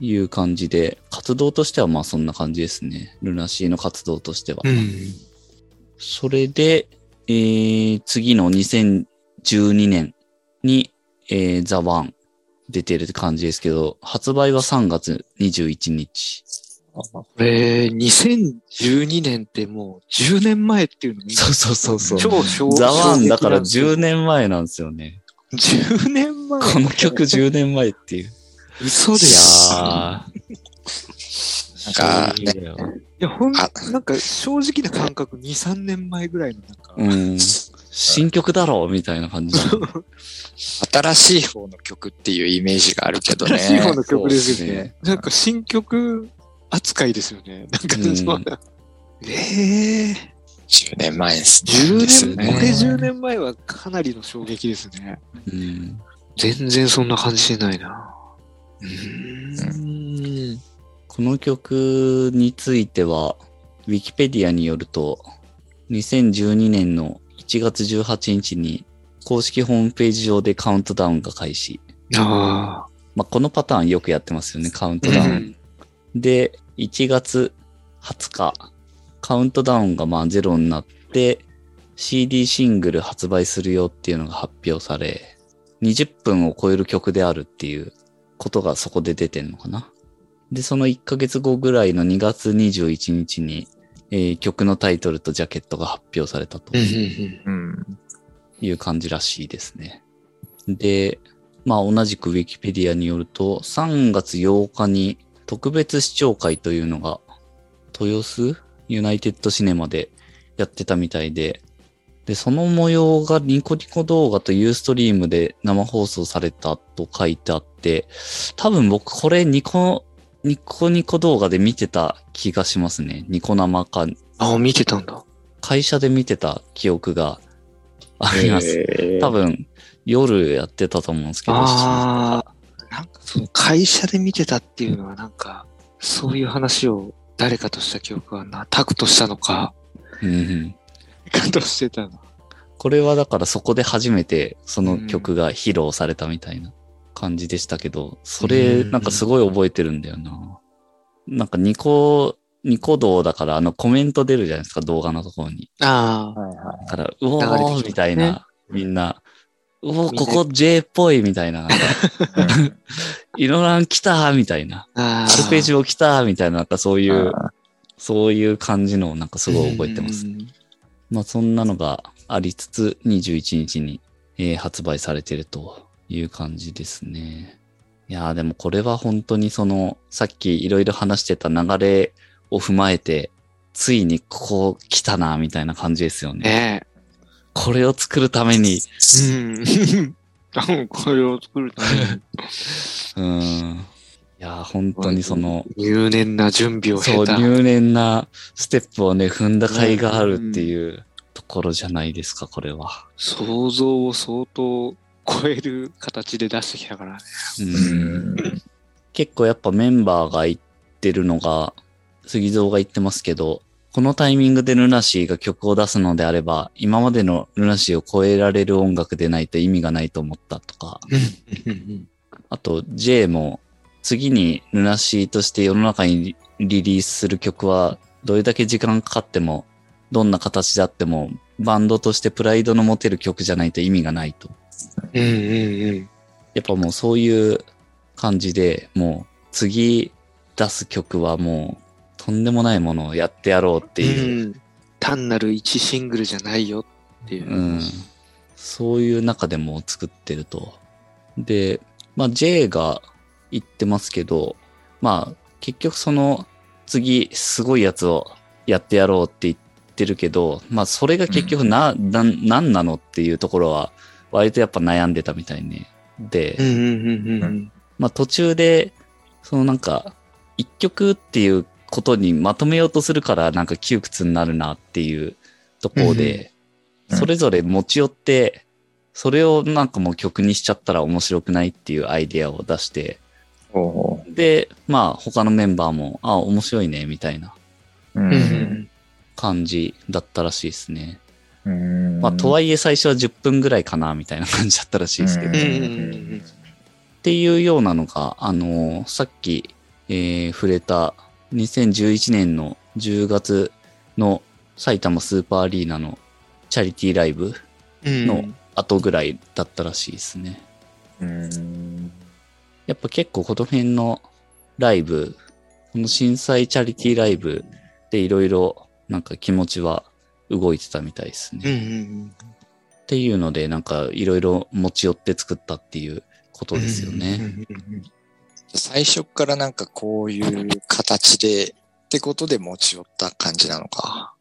Speaker 1: いう感じで、活動としてはまあそんな感じですね。ルナシーの活動としては。
Speaker 3: うん。うん。
Speaker 1: それで、えー次の2012年に、えー、ザ・ワン出てるって感じですけど、発売は3月21日。
Speaker 3: これ、2012年ってもう10年前っていうのに、
Speaker 1: そうそうそう そう。
Speaker 3: 超小
Speaker 1: ザ・ワンだから
Speaker 3: 衝
Speaker 1: 10
Speaker 3: 撃なん
Speaker 1: 年前なんですよね。
Speaker 3: ですよ10年前
Speaker 1: この曲10年前っていう。
Speaker 3: 嘘で
Speaker 1: い
Speaker 3: す。
Speaker 1: やー。
Speaker 2: なんか
Speaker 1: 衝撃
Speaker 2: ね
Speaker 1: だよ
Speaker 3: いや、ほん、
Speaker 2: あ
Speaker 3: なんか正直な感覚、2、3年前ぐらいのなんか、
Speaker 1: うん。新曲だろうみたいな感じ。
Speaker 2: 新しい方の曲っていうイメージがあるけどね。
Speaker 3: 新しい方の曲ですよ
Speaker 1: そう
Speaker 3: ね。
Speaker 1: っすね
Speaker 3: なんか新曲扱いですよね。なんかそう、
Speaker 1: うん
Speaker 3: ええ
Speaker 2: 10年前ですね。
Speaker 3: 10
Speaker 2: です
Speaker 3: 年、これ
Speaker 2: ね。
Speaker 3: 10年前はかなりの衝撃ですね。
Speaker 1: うん。
Speaker 3: 全然そんな感じしないな。うーん。
Speaker 1: この曲については、ウィキペディアによると、2012年の1月18日に公式ホームページ上でカウントダウンが開始。
Speaker 3: ああ。
Speaker 1: まあ、このパターンよくやってますよね、カウントダウン。で、1月20日、カウントダウンがまあゼロになって、CD シングル発売するよっていうのが発表され、20分を超える曲であるっていうことがそこで出てんのかな。で、その1ヶ月後ぐらいの2月21日に、えー曲のタイトルとジャケットが発表されたと
Speaker 3: うんうんうん。
Speaker 2: うん。
Speaker 1: いう感じらしいですね。で、まあ同じく Wikipedia によると、3月8日に特別視聴会というのが、豊洲ユナイテッドシネマでやってたみたいで、で、その模様がニコニコ動画とユーストリームで生放送されたと書いてあって、多分僕これニコ、ニコニコ動画で見てた気がしますね。ニコ生か、
Speaker 3: ああ、見てたんだ。
Speaker 1: 会社で見てた記憶があります。多分夜やってたと思うんですけど、
Speaker 3: ああ。なんかその会社で見てたっていうのはなんか、そういう話を誰かとした記憶はな、タクとしたのか、
Speaker 1: うんうん
Speaker 3: 誰かとしてたの。
Speaker 1: これはだからそこで初めてその曲が披露されたみたいな感じでしたけど、それなんかすごい覚えてるんだよな。なんかニコ、ニコ動だからあのコメント出るじゃないですか、動画のところに。
Speaker 3: ああ。
Speaker 2: はいは
Speaker 1: だから、うお
Speaker 3: 流れてきます
Speaker 1: ー
Speaker 3: ね
Speaker 1: みたいな、みんな、うおー
Speaker 3: みん
Speaker 1: こ
Speaker 3: な
Speaker 1: こ J っぽいみたいな、なんか
Speaker 2: い。
Speaker 1: イノラン来たーみたいな、ア
Speaker 3: ああ
Speaker 1: ルペジオ来たーみたいな、なんかそういう
Speaker 2: あ、
Speaker 1: そういう感じのをなんかすごい覚えてます。
Speaker 3: うん
Speaker 1: まあそんなのがありつつ21日に、えー発売されてるという感じですね。いやーでもこれは本当にそのさっきいろいろ話してた流れを踏まえてついにここ来たなみたいな感じですよね。
Speaker 3: ねえ。
Speaker 1: これを作るため に、
Speaker 3: うん。これを作るため
Speaker 1: う
Speaker 3: に。
Speaker 1: ーん。いやー本当にその、
Speaker 3: 入念な準備を
Speaker 1: そ
Speaker 3: 経
Speaker 1: う
Speaker 3: た。
Speaker 1: 入念なステップをね踏んだ甲斐があるっていうところじゃないですか、これは。
Speaker 3: 想像を相当超える形で出してきたからね。
Speaker 1: う
Speaker 2: うんん。
Speaker 1: 結構やっぱメンバーが言ってるのが、杉蔵が言ってますけど、このタイミングでルナシーが曲を出すのであれば、今までのルナシーを超えられる音楽でないと意味がないと思ったとか、あと J も次にルナシーとして世の中にリリースする曲はどれだけ時間かかっても、どんな形であってもバンドとしてプライドの持てる曲じゃないと意味がないと。
Speaker 3: うんうん
Speaker 1: やっぱもうそういう感じでもう次出す曲はもうとんでもないものをやってやろうっていう、
Speaker 3: うん。単なる一シングルじゃないよっていう。
Speaker 1: うんそういう中でも作ってると。で、まあ J が言ってますけど、まあ結局その次すごいやつをやってやろうって言ってるけど、まあそれが結局な、な、なんなのっていうところは割とやっぱ悩んでたみたいね。で、
Speaker 3: うんうんうんうん。
Speaker 1: まあ途中で、そのなんか、一曲っていうことにまとめようとするから、なんか窮屈になるなっていうところで、
Speaker 4: うんうん
Speaker 1: それぞれ持ち寄って、それをなんかもう曲にしちゃったら面白くないっていうアイデアを出して、
Speaker 4: ほうほ
Speaker 1: で、まあ他のメンバーも、あ、面白いね、みたいな
Speaker 4: う。う。
Speaker 3: うんうんん
Speaker 1: 感じだったらしいですね。
Speaker 4: うん
Speaker 1: まあとはいえ最初は10分ぐらいかな、みたいな感じだったらしいですけど
Speaker 3: うん。うん
Speaker 1: っていうようなのが、あのさっき、えー触れた2011年の10月の埼玉スーパーアリーナのチャリティーライブ
Speaker 3: うん。
Speaker 1: の後ぐらいだったらしいですね。
Speaker 4: うん。
Speaker 1: やっぱ結構この辺のライブ、この震災チャリティーライブでいろいろなんか気持ちは動いてたみたいですね。
Speaker 3: うんうん
Speaker 1: っていうので、なんかいろいろ持ち寄って作ったっていうこと
Speaker 3: うん。
Speaker 1: ですよね。
Speaker 3: うんうんうん。
Speaker 2: 最初っからなんかこういう形でってことで持ち寄った感じなのか。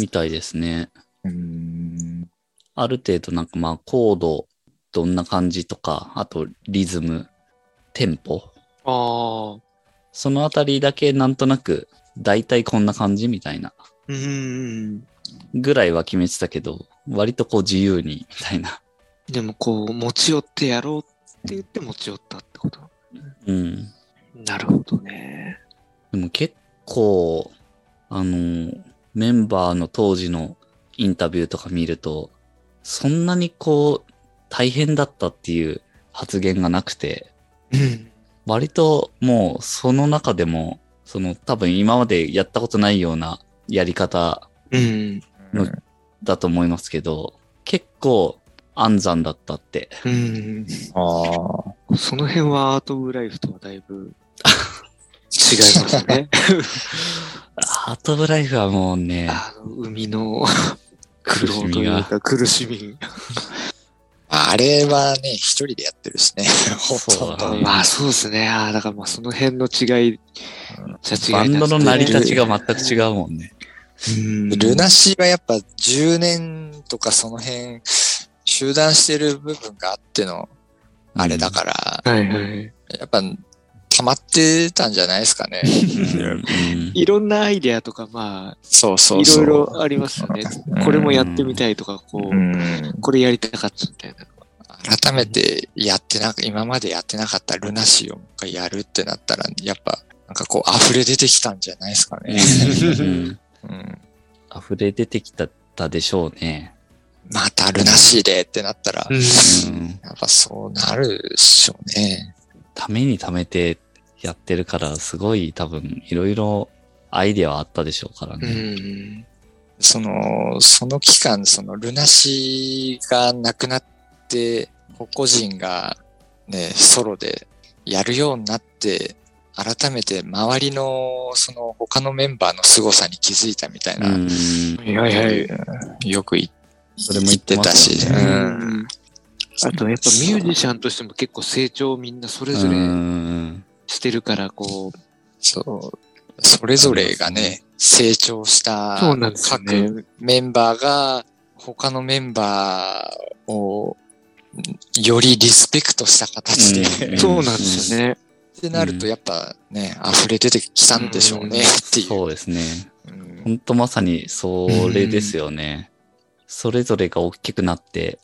Speaker 1: みたいですね。
Speaker 4: うん。
Speaker 1: ある程度なんかまあコードどんな感じとか、あとリズム、テンポ、
Speaker 3: ああ。
Speaker 1: そのあたりだけなんとなく大体こんな感じみたいな
Speaker 3: うんうんうん。
Speaker 1: ぐらいは決めてたけど、割とこう自由にみたいな。
Speaker 3: でもこう、持ち寄ってやろうって言って持ち寄ったってこと。
Speaker 1: うん。
Speaker 3: なるほどね。
Speaker 1: でも結構、あの、メンバーの当時のインタビューとか見ると、そんなにこう大変だったっていう発言がなくて、
Speaker 3: うん。
Speaker 1: 割ともうその中でも、その多分今までやったことないようなやり方
Speaker 3: うん。
Speaker 1: だと思いますけど、結構安産だったって。
Speaker 3: うん。
Speaker 4: ああ。
Speaker 3: その辺はアートオブライフとはだいぶ違い ますね。
Speaker 1: アートブライフはもうね、
Speaker 3: あの、海の苦
Speaker 1: 苦
Speaker 3: 労
Speaker 1: し
Speaker 3: と
Speaker 1: み
Speaker 3: いう
Speaker 1: が。
Speaker 3: か苦しみ。
Speaker 2: あれはね、一人でやってるしね。ほ
Speaker 1: そ
Speaker 2: と
Speaker 1: うん
Speaker 2: ど
Speaker 1: だ
Speaker 2: ね。
Speaker 1: ね
Speaker 3: まあそうですね。ああ、だからまあその辺の違いじゃ
Speaker 1: バ
Speaker 3: 違い
Speaker 1: ン
Speaker 3: な
Speaker 1: ド
Speaker 3: くて
Speaker 1: の成り立ちが全く違うもんね。
Speaker 3: うん
Speaker 2: ルナシーはやっぱ10年とかその辺、集団してる部分があっての、あれだから、
Speaker 3: はいはい。
Speaker 2: やっぱ溜まってたんじゃないですかね。
Speaker 1: うん。うん
Speaker 3: いろんなアイデアとかま
Speaker 2: そう
Speaker 3: あ、
Speaker 2: そう
Speaker 3: い
Speaker 2: そう。
Speaker 3: ろいろありますよね。これもやってみたいとか、こう、これやりたかったみたいな。
Speaker 2: 改めてやってな、今までやってなかったルナシーをもう一回やるってなったら、やっぱ、なんかこう溢れ出てきたんじゃないですかね。
Speaker 1: うん
Speaker 2: うん、
Speaker 1: 溢れ出てきたでしょうね。
Speaker 2: またルナシーでってなったら、
Speaker 3: うん
Speaker 1: うん
Speaker 2: やっぱそうなるでしょうね。
Speaker 1: ためにためてやってるから、すごい多分いろいろアイデアはあったでしょうから
Speaker 3: う
Speaker 1: ね。
Speaker 3: ん。
Speaker 2: その、その期間、そのルナシーがなくなって、個々人がね、ソロでやるようになって、改めて周りの、その他のメンバーの凄さに気づいたみたいな、
Speaker 1: うん
Speaker 3: はいはいはい。
Speaker 2: よくい
Speaker 1: それも言って
Speaker 2: た
Speaker 1: ますよね
Speaker 2: し、
Speaker 3: う
Speaker 2: うん
Speaker 3: んあとやっぱミュージシャンとしても結構成長をみんなそれぞ
Speaker 1: う
Speaker 3: れ
Speaker 1: ん
Speaker 3: してるから、こう、
Speaker 2: そう、それぞれがね、成長した
Speaker 3: そうなんですよね
Speaker 2: 各メンバーが、他のメンバーをんよりリスペクトした形で、
Speaker 1: うん
Speaker 2: っ
Speaker 3: そうなんですよね。
Speaker 2: てなるとやっぱね、溢れ出てきたんでしょうねっていう。
Speaker 1: そうですね。
Speaker 2: うん
Speaker 1: ほんとまさにそれですよね。それぞれが大きくなって、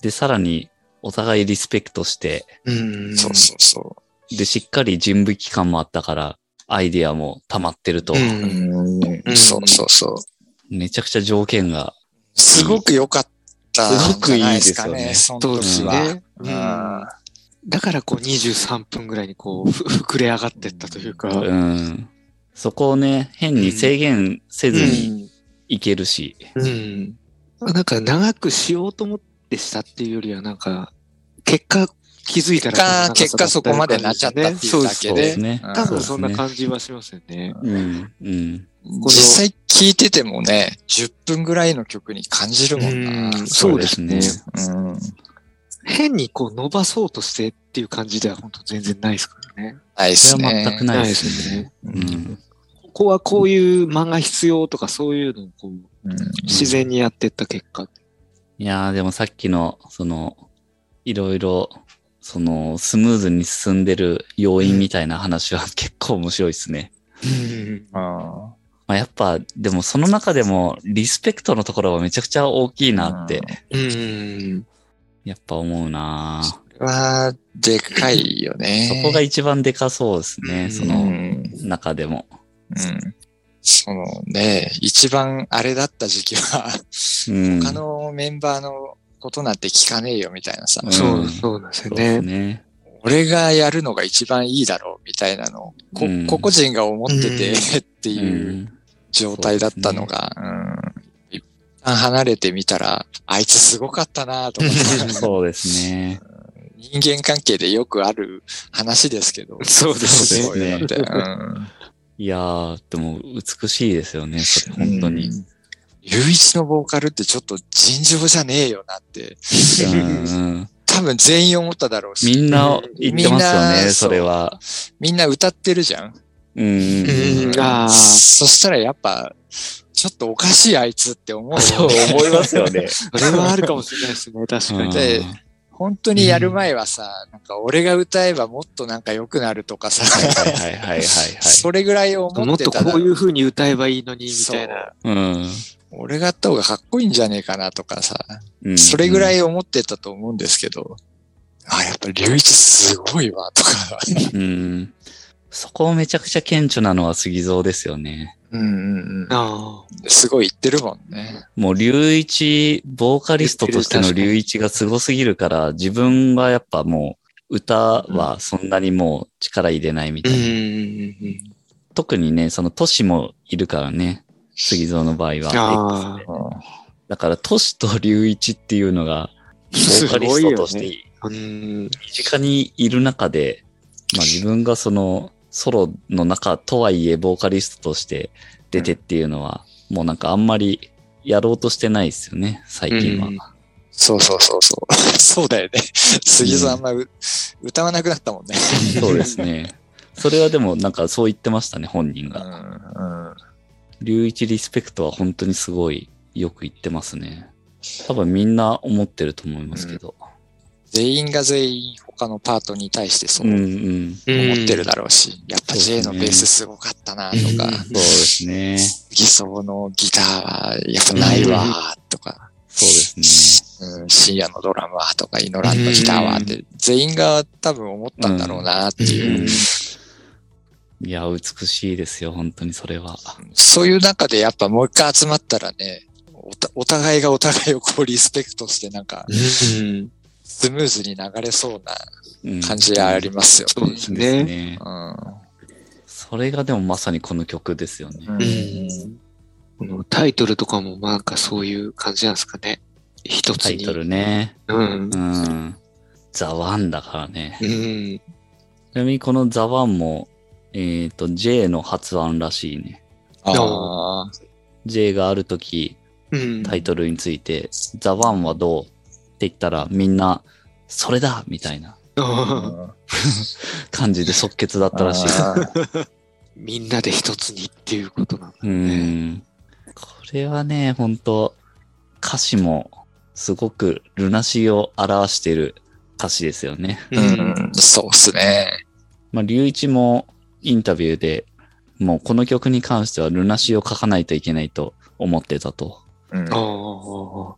Speaker 1: で、さらにお互いリスペクトして、
Speaker 3: うん。
Speaker 2: そうそうそ
Speaker 1: で、しっかり準備期間もあったから、アイデアも溜まってると、
Speaker 3: うん
Speaker 2: うんそうそうそう。
Speaker 1: めちゃくちゃ条件が、
Speaker 2: すごく良かった
Speaker 1: すごくいいです
Speaker 2: か
Speaker 1: よね
Speaker 2: ね、その
Speaker 3: そうで
Speaker 2: 時
Speaker 3: す
Speaker 2: は。
Speaker 3: ね。うんだからこう23分ぐらいにこう、ふ 膨れ上がってったというか。う
Speaker 1: うんん、そこをね、変に制限せずにいけるし、
Speaker 3: うん。なんか長くしようと思ってしたっていうよりは、なんか、結果気づいたら
Speaker 2: 結果結果そこまでなっちゃったっていうだけ
Speaker 1: そう
Speaker 2: で
Speaker 1: ですね。
Speaker 2: うん
Speaker 3: 多
Speaker 1: そうですね
Speaker 3: 分そんな感じはしますよね。
Speaker 1: うん、うん、
Speaker 3: の
Speaker 2: 実際聴いててもね、10分ぐらいの曲に感じるもんな。
Speaker 3: うんそうですね。
Speaker 1: そ
Speaker 4: うん
Speaker 3: 変にこう伸ばそうとしてっていう感じでは本当全然ないですからね。
Speaker 2: ないで
Speaker 1: そ
Speaker 2: す
Speaker 1: れは全く
Speaker 2: ね。
Speaker 1: ないですね。
Speaker 3: ね。
Speaker 1: う
Speaker 4: いです
Speaker 1: ん、
Speaker 3: ここはこういう漫画必要とかそういうのをこう自然にやってった結果。
Speaker 1: いやー、でもさっきの、その、いろいろ、その、スムーズに進んでる要因みたいな話は結構面白いですね。
Speaker 3: うん
Speaker 4: あ
Speaker 1: まあ、やっぱ、でもその中でも、リスペクトのところはめちゃくちゃ大きいなって、
Speaker 3: うん。
Speaker 1: やっぱ思うなー
Speaker 2: は、でかいよ
Speaker 1: そ
Speaker 2: ね。
Speaker 1: こが一番でかそうです
Speaker 3: う
Speaker 1: ね、
Speaker 3: ん
Speaker 1: そ
Speaker 4: うん
Speaker 1: の
Speaker 4: うん
Speaker 1: 中でも。
Speaker 2: そのね、一番あれだった時期は、
Speaker 1: うん。
Speaker 2: 他のメンバーのことなんて聞かねえよみたいなさ、
Speaker 1: うん
Speaker 3: そう、そうなんです
Speaker 1: そ
Speaker 3: よ
Speaker 1: うです
Speaker 3: ね。
Speaker 1: ね。
Speaker 2: 俺がやるのが一番いいだろうみたいなのを、こ
Speaker 1: うん
Speaker 2: 個々人が思ってて って
Speaker 1: う。
Speaker 2: いうん状態だったのが、うん一旦離れてみたら、あいつすごかったなとかさ
Speaker 1: そうですね。
Speaker 2: 人間関係でよくある話ですけど。
Speaker 3: そうですね
Speaker 2: そういうのってうん
Speaker 1: いやー、でも美しいですよね、それ、本当に。
Speaker 4: うん
Speaker 2: ゆういちのボーカルってちょっと尋常じゃねえよなって、
Speaker 1: うんうん
Speaker 2: 多分全員思っただろう
Speaker 1: み
Speaker 2: し、
Speaker 1: んな言ってますよね、
Speaker 2: みんな
Speaker 1: それは。
Speaker 2: みんな歌ってるじゃん。
Speaker 1: うん。
Speaker 3: うんあー
Speaker 2: そしたらやっぱ、ちょっとおかしいあいつって思う
Speaker 1: そう
Speaker 2: よ。
Speaker 1: 思いますよね。
Speaker 3: それはあるかもしれないですね、確かに。
Speaker 2: で本当にやる前はさ、なんか俺が歌えばもっとなんか良くなるとかさ、
Speaker 1: はいはいはいはいはい。
Speaker 2: それぐらい思
Speaker 3: も
Speaker 2: っ
Speaker 3: ってと
Speaker 2: ただろ
Speaker 3: こういう風に歌えばいいのに、みたいな。
Speaker 1: うん
Speaker 2: 俺がやった方がかっこいいんじゃねえかなとかさ、
Speaker 1: うん。
Speaker 2: それぐら
Speaker 1: い。
Speaker 2: い思ってたと思うんですけど、あ、やっぱ龍一すごいわ、とか。
Speaker 1: うん。そこめちゃくちゃ顕著なのは杉蔵ですよね。
Speaker 2: うんうんうん。
Speaker 3: あ
Speaker 2: すごい言ってるもんね。
Speaker 1: もう、龍一、ボーカリストとしての龍一がすごすぎるから、自分はやっぱもう、歌はそんなにもう力入れないみ
Speaker 3: あ。
Speaker 1: た
Speaker 3: う
Speaker 1: い
Speaker 3: ん
Speaker 1: な。
Speaker 3: うんうんうん。
Speaker 1: 特にね、その都市もいるからね、杉蔵の場合は。
Speaker 3: あ
Speaker 1: X でだから都市と龍一っていうのが、ボ
Speaker 3: す
Speaker 1: ーカリ
Speaker 3: ご
Speaker 1: ス
Speaker 3: いよね
Speaker 1: トとして身
Speaker 3: あ。うん。
Speaker 1: 近にいる中で、まあ自分がそのソロの中とはいえボーカリストとして出てっていうのは、もうなんかあんまりやろうとしてないですよね、最近は。
Speaker 3: うん
Speaker 2: そうそうそうそう。そうだよね。杉蔵あんまう歌わなくなったもんね。
Speaker 1: そうですね。それはでもなんかそう言ってましたね、本人が。
Speaker 4: うん
Speaker 1: 龍一リスペクトは本当にすごいよく言ってますね。多分みんな思ってると思いますけど。、
Speaker 2: 全員が全員他のパートに対してそううん
Speaker 1: う
Speaker 2: 思
Speaker 1: ん。
Speaker 2: ってるだろうし、やっぱ
Speaker 1: そう
Speaker 2: J
Speaker 1: です
Speaker 2: の
Speaker 1: ね
Speaker 2: ベースすごかったなとか、
Speaker 3: う
Speaker 1: そう
Speaker 3: ん
Speaker 1: ですね。
Speaker 2: 偽装のギターはやっぱないわとか、
Speaker 1: そうですね。
Speaker 2: うん深夜のドラムはとか、イノランのギターはって、全員が多分思ったんだろうなっていう。
Speaker 3: うん
Speaker 1: いや、美しいですよ、本当にそれは。
Speaker 2: そういう中でやっぱもう一回集まったらね、おたお互いがお互いをこうリスペクトしてなんか
Speaker 3: うん。
Speaker 2: スムーズに流れそうな
Speaker 1: うん
Speaker 2: 感じありますよ
Speaker 3: そ
Speaker 2: ね。
Speaker 3: うですね。
Speaker 1: ね
Speaker 2: うん
Speaker 1: それがでもまさにこの曲ですよね。
Speaker 4: う
Speaker 3: うんん。このタイトルとかもなんかそういう感じなんですかね。一つ
Speaker 1: タ
Speaker 3: に。
Speaker 1: イトルね。
Speaker 3: うん
Speaker 1: う。ん。ザ・ワンだからね。
Speaker 3: うん。
Speaker 1: ちなみにこのザ・ワンも、えっ、と、J の発案らしいね。
Speaker 2: ああ
Speaker 1: J がある時
Speaker 3: うん。
Speaker 1: タイトルについて、ザ・ワンはどうって言ったらみんな、それだみたいな
Speaker 3: あー
Speaker 1: 感じで即決だったらしい。
Speaker 4: あー
Speaker 3: みんなで一つにっていうことなんだ
Speaker 1: う
Speaker 3: ね。
Speaker 1: ん。これはね、本当歌詞もすごくルナシーを表してる歌詞ですよね。
Speaker 3: う
Speaker 2: うん、そうっすね。
Speaker 1: まあ、龍一もインタビューでもうこの曲に関してはルナシーを書かないといけないと思ってたと
Speaker 4: うん
Speaker 3: ああ。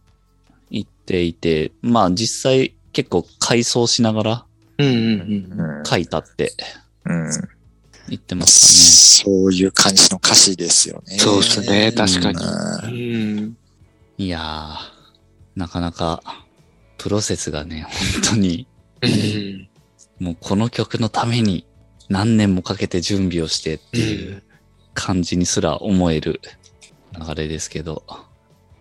Speaker 1: 言っていて、まあ実際結構回想しながら
Speaker 3: うんうんうん。
Speaker 4: うん
Speaker 1: 書いたって
Speaker 4: うん
Speaker 1: 言ってます
Speaker 2: そういう感じの歌詞ですよね。
Speaker 3: そうですね、確かに。
Speaker 2: う
Speaker 3: うん
Speaker 1: か
Speaker 3: ん。
Speaker 1: らね。いやー、なかなか、プロセスがね、本当に、
Speaker 3: うん。
Speaker 1: もうこの曲のために何年もかけて準備をしてっていう感じにすら思える流れですけど、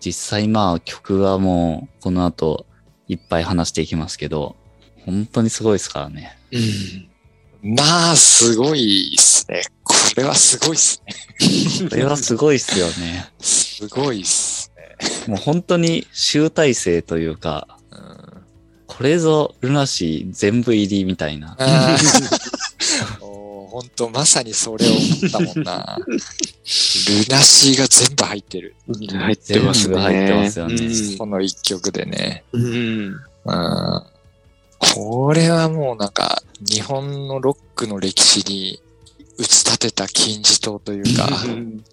Speaker 1: 実際まあ曲はもうこの後いっぱい話していきますけど、本当にすごいですからね。
Speaker 3: うん。
Speaker 2: まあ、すごいですね。これはすごいですね。
Speaker 1: これはすごいっすよね。
Speaker 2: すごいっすね。
Speaker 1: もう本当に集大成というか、
Speaker 2: うん
Speaker 1: これぞルナシー全部入りみたい な。
Speaker 2: あーもう本当まさにそれを思ったもんな。ルナシーが全部入ってる。
Speaker 3: 入ってます
Speaker 1: 全
Speaker 3: ね。
Speaker 1: 部入ってますよね
Speaker 2: この一曲でね。
Speaker 3: うん。うん。
Speaker 2: うんこれはもうなんか、日本のロックの歴史に打ち立てた金字塔というか、
Speaker 3: うん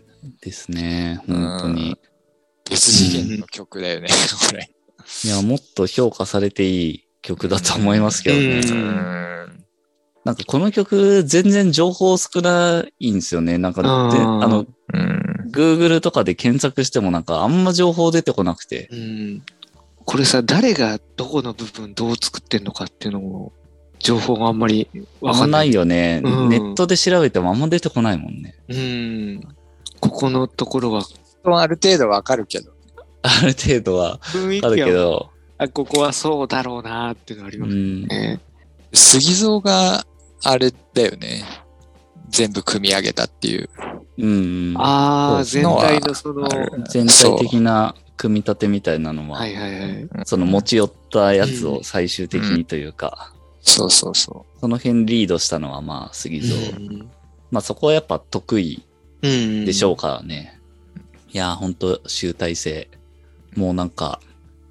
Speaker 1: ですね。本当に。
Speaker 2: 別次元の曲だよね、これ。
Speaker 1: いや、もっと評価されていい曲だと思いますけどね。
Speaker 3: うん
Speaker 2: うん
Speaker 1: なんかこの曲全然情報少ないんですよね。なんかで、
Speaker 3: あー
Speaker 1: あの、
Speaker 2: うん。
Speaker 1: Google とかで検索してもなんかあんま情報出てこなくて。
Speaker 3: うん。これさ、誰がどこの部分どう作ってんのかっていうのも、情報があんまりわ
Speaker 1: わ
Speaker 3: か
Speaker 1: か
Speaker 3: ん
Speaker 1: ん
Speaker 3: な。
Speaker 1: ないいよね、
Speaker 3: うん
Speaker 1: ネットで調べてもあんま出てこないもんね。
Speaker 3: うん。ここのところは、
Speaker 2: ある程度わかるけど。
Speaker 1: ある程度は
Speaker 3: 雰囲
Speaker 1: あるけ
Speaker 3: 気は、
Speaker 1: ど。
Speaker 3: あここはそうだろうなっていうのあり
Speaker 1: う
Speaker 3: ます
Speaker 1: ん。
Speaker 3: ね。
Speaker 2: 杉蔵があれだよね。全部組み上げたっていう。
Speaker 1: うん。
Speaker 3: ああ、
Speaker 1: そ
Speaker 3: 全
Speaker 1: う
Speaker 3: 体のその、
Speaker 2: あ
Speaker 3: は
Speaker 2: る
Speaker 1: 全体的な組み立てみたいなのは、
Speaker 3: いはいはい。
Speaker 1: その持ち寄ったやつ
Speaker 3: う
Speaker 1: を
Speaker 3: ん
Speaker 1: 最終的にというか、
Speaker 2: そうそうそ。
Speaker 1: その辺リードしたのはまあ杉蔵。
Speaker 3: うん
Speaker 1: まあそこはやっぱ得意
Speaker 3: うん
Speaker 1: でしょうからね。いやー、ほんと集大成。もうなんか、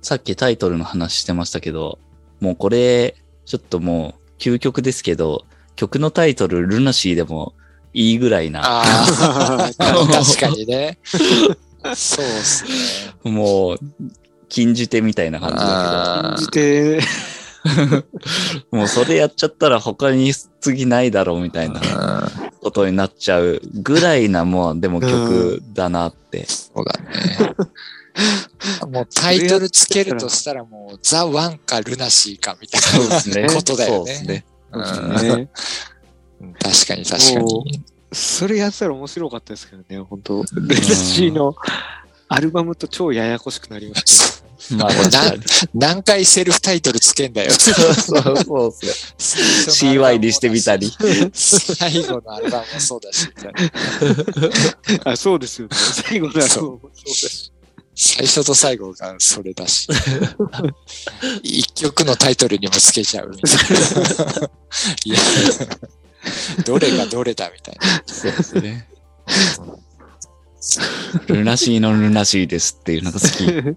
Speaker 1: さっきタイトルの話してましたけど、もうこれ、ちょっともう、究極ですけど、曲のタイトル、ルナシーでもいいぐらいうな、
Speaker 2: ああ、確かにね。そうっすね。
Speaker 1: もう、禁じ手みたいな感じだ
Speaker 2: あ
Speaker 3: 感じて、
Speaker 1: けど、もうそれやっちゃったら他に次ないだろうみたいな
Speaker 2: ーうん
Speaker 1: ことになっちゃうぐらいな、もう、でも曲だなって。
Speaker 2: そうだね。もうタイトルつけるとしたらもうザ・ワンかルナシーかみた い
Speaker 1: そうですね
Speaker 2: ことだよね
Speaker 1: そうですね。
Speaker 2: な。うん
Speaker 3: ね、
Speaker 2: 確かに確か
Speaker 3: も
Speaker 2: に。
Speaker 3: それやってたら面白かったですけどね、本当レナシーのアルバムと超ややこしくなりました
Speaker 1: まあ、
Speaker 2: もう
Speaker 1: 確
Speaker 2: な
Speaker 1: かに。
Speaker 2: 何回セルフタイトルつけんだ よ。
Speaker 1: そうそうっすよ。CY にしてみたり。。
Speaker 2: 最後のアルバムもそうだし、
Speaker 3: ね。 あ、そうですよね。最後のアルバム
Speaker 2: そ
Speaker 3: もそうだし。
Speaker 2: 最初と最後がそれだし。一曲のタイトルにもつけちゃうみたいな。いや、どれがどれだみたいな。
Speaker 1: そうですね。ルナシーのルナシーですっていうのが好き。
Speaker 2: ル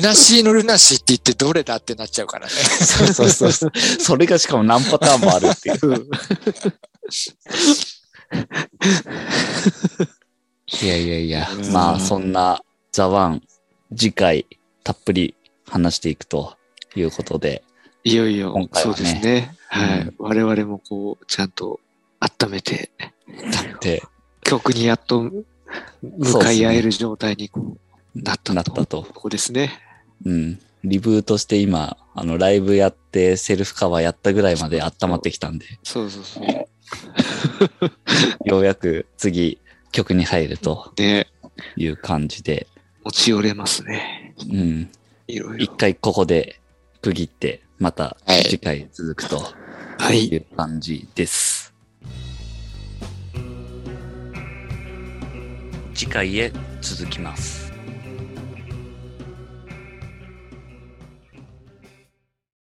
Speaker 2: ナシーのルナシーって言ってどれだってなっちゃうからね。
Speaker 1: そうそうそうそう。それがしかも何パターンもあるっていう。いやいやいや
Speaker 3: う、ん
Speaker 1: まあそんなザワン、次回たっぷり話していくということで、
Speaker 3: いよいよ、
Speaker 1: 今回
Speaker 3: そ
Speaker 1: は
Speaker 3: う
Speaker 1: ね
Speaker 3: ですね。はい、
Speaker 1: うん
Speaker 3: 我々もこう、ちゃんと温めて、
Speaker 1: で、
Speaker 3: 曲にやっと向かい合える状態にこうなった
Speaker 1: なっ
Speaker 3: と
Speaker 1: たと。
Speaker 3: ここですね。
Speaker 1: うん。リブートして今、あの、ライブやって、セルフカバーやったぐらいまで温まってきたんで、
Speaker 3: そうそうそう。
Speaker 1: ようやく次、曲に入ると
Speaker 3: ね、
Speaker 1: いう感じで、
Speaker 3: 持ち寄れますね。
Speaker 1: うん。
Speaker 3: いろい
Speaker 1: 一
Speaker 3: ろ。
Speaker 1: 回ここで区切って、また
Speaker 2: はい
Speaker 1: 次回続くと
Speaker 3: はいい。
Speaker 1: う感じです。次回へ続きます。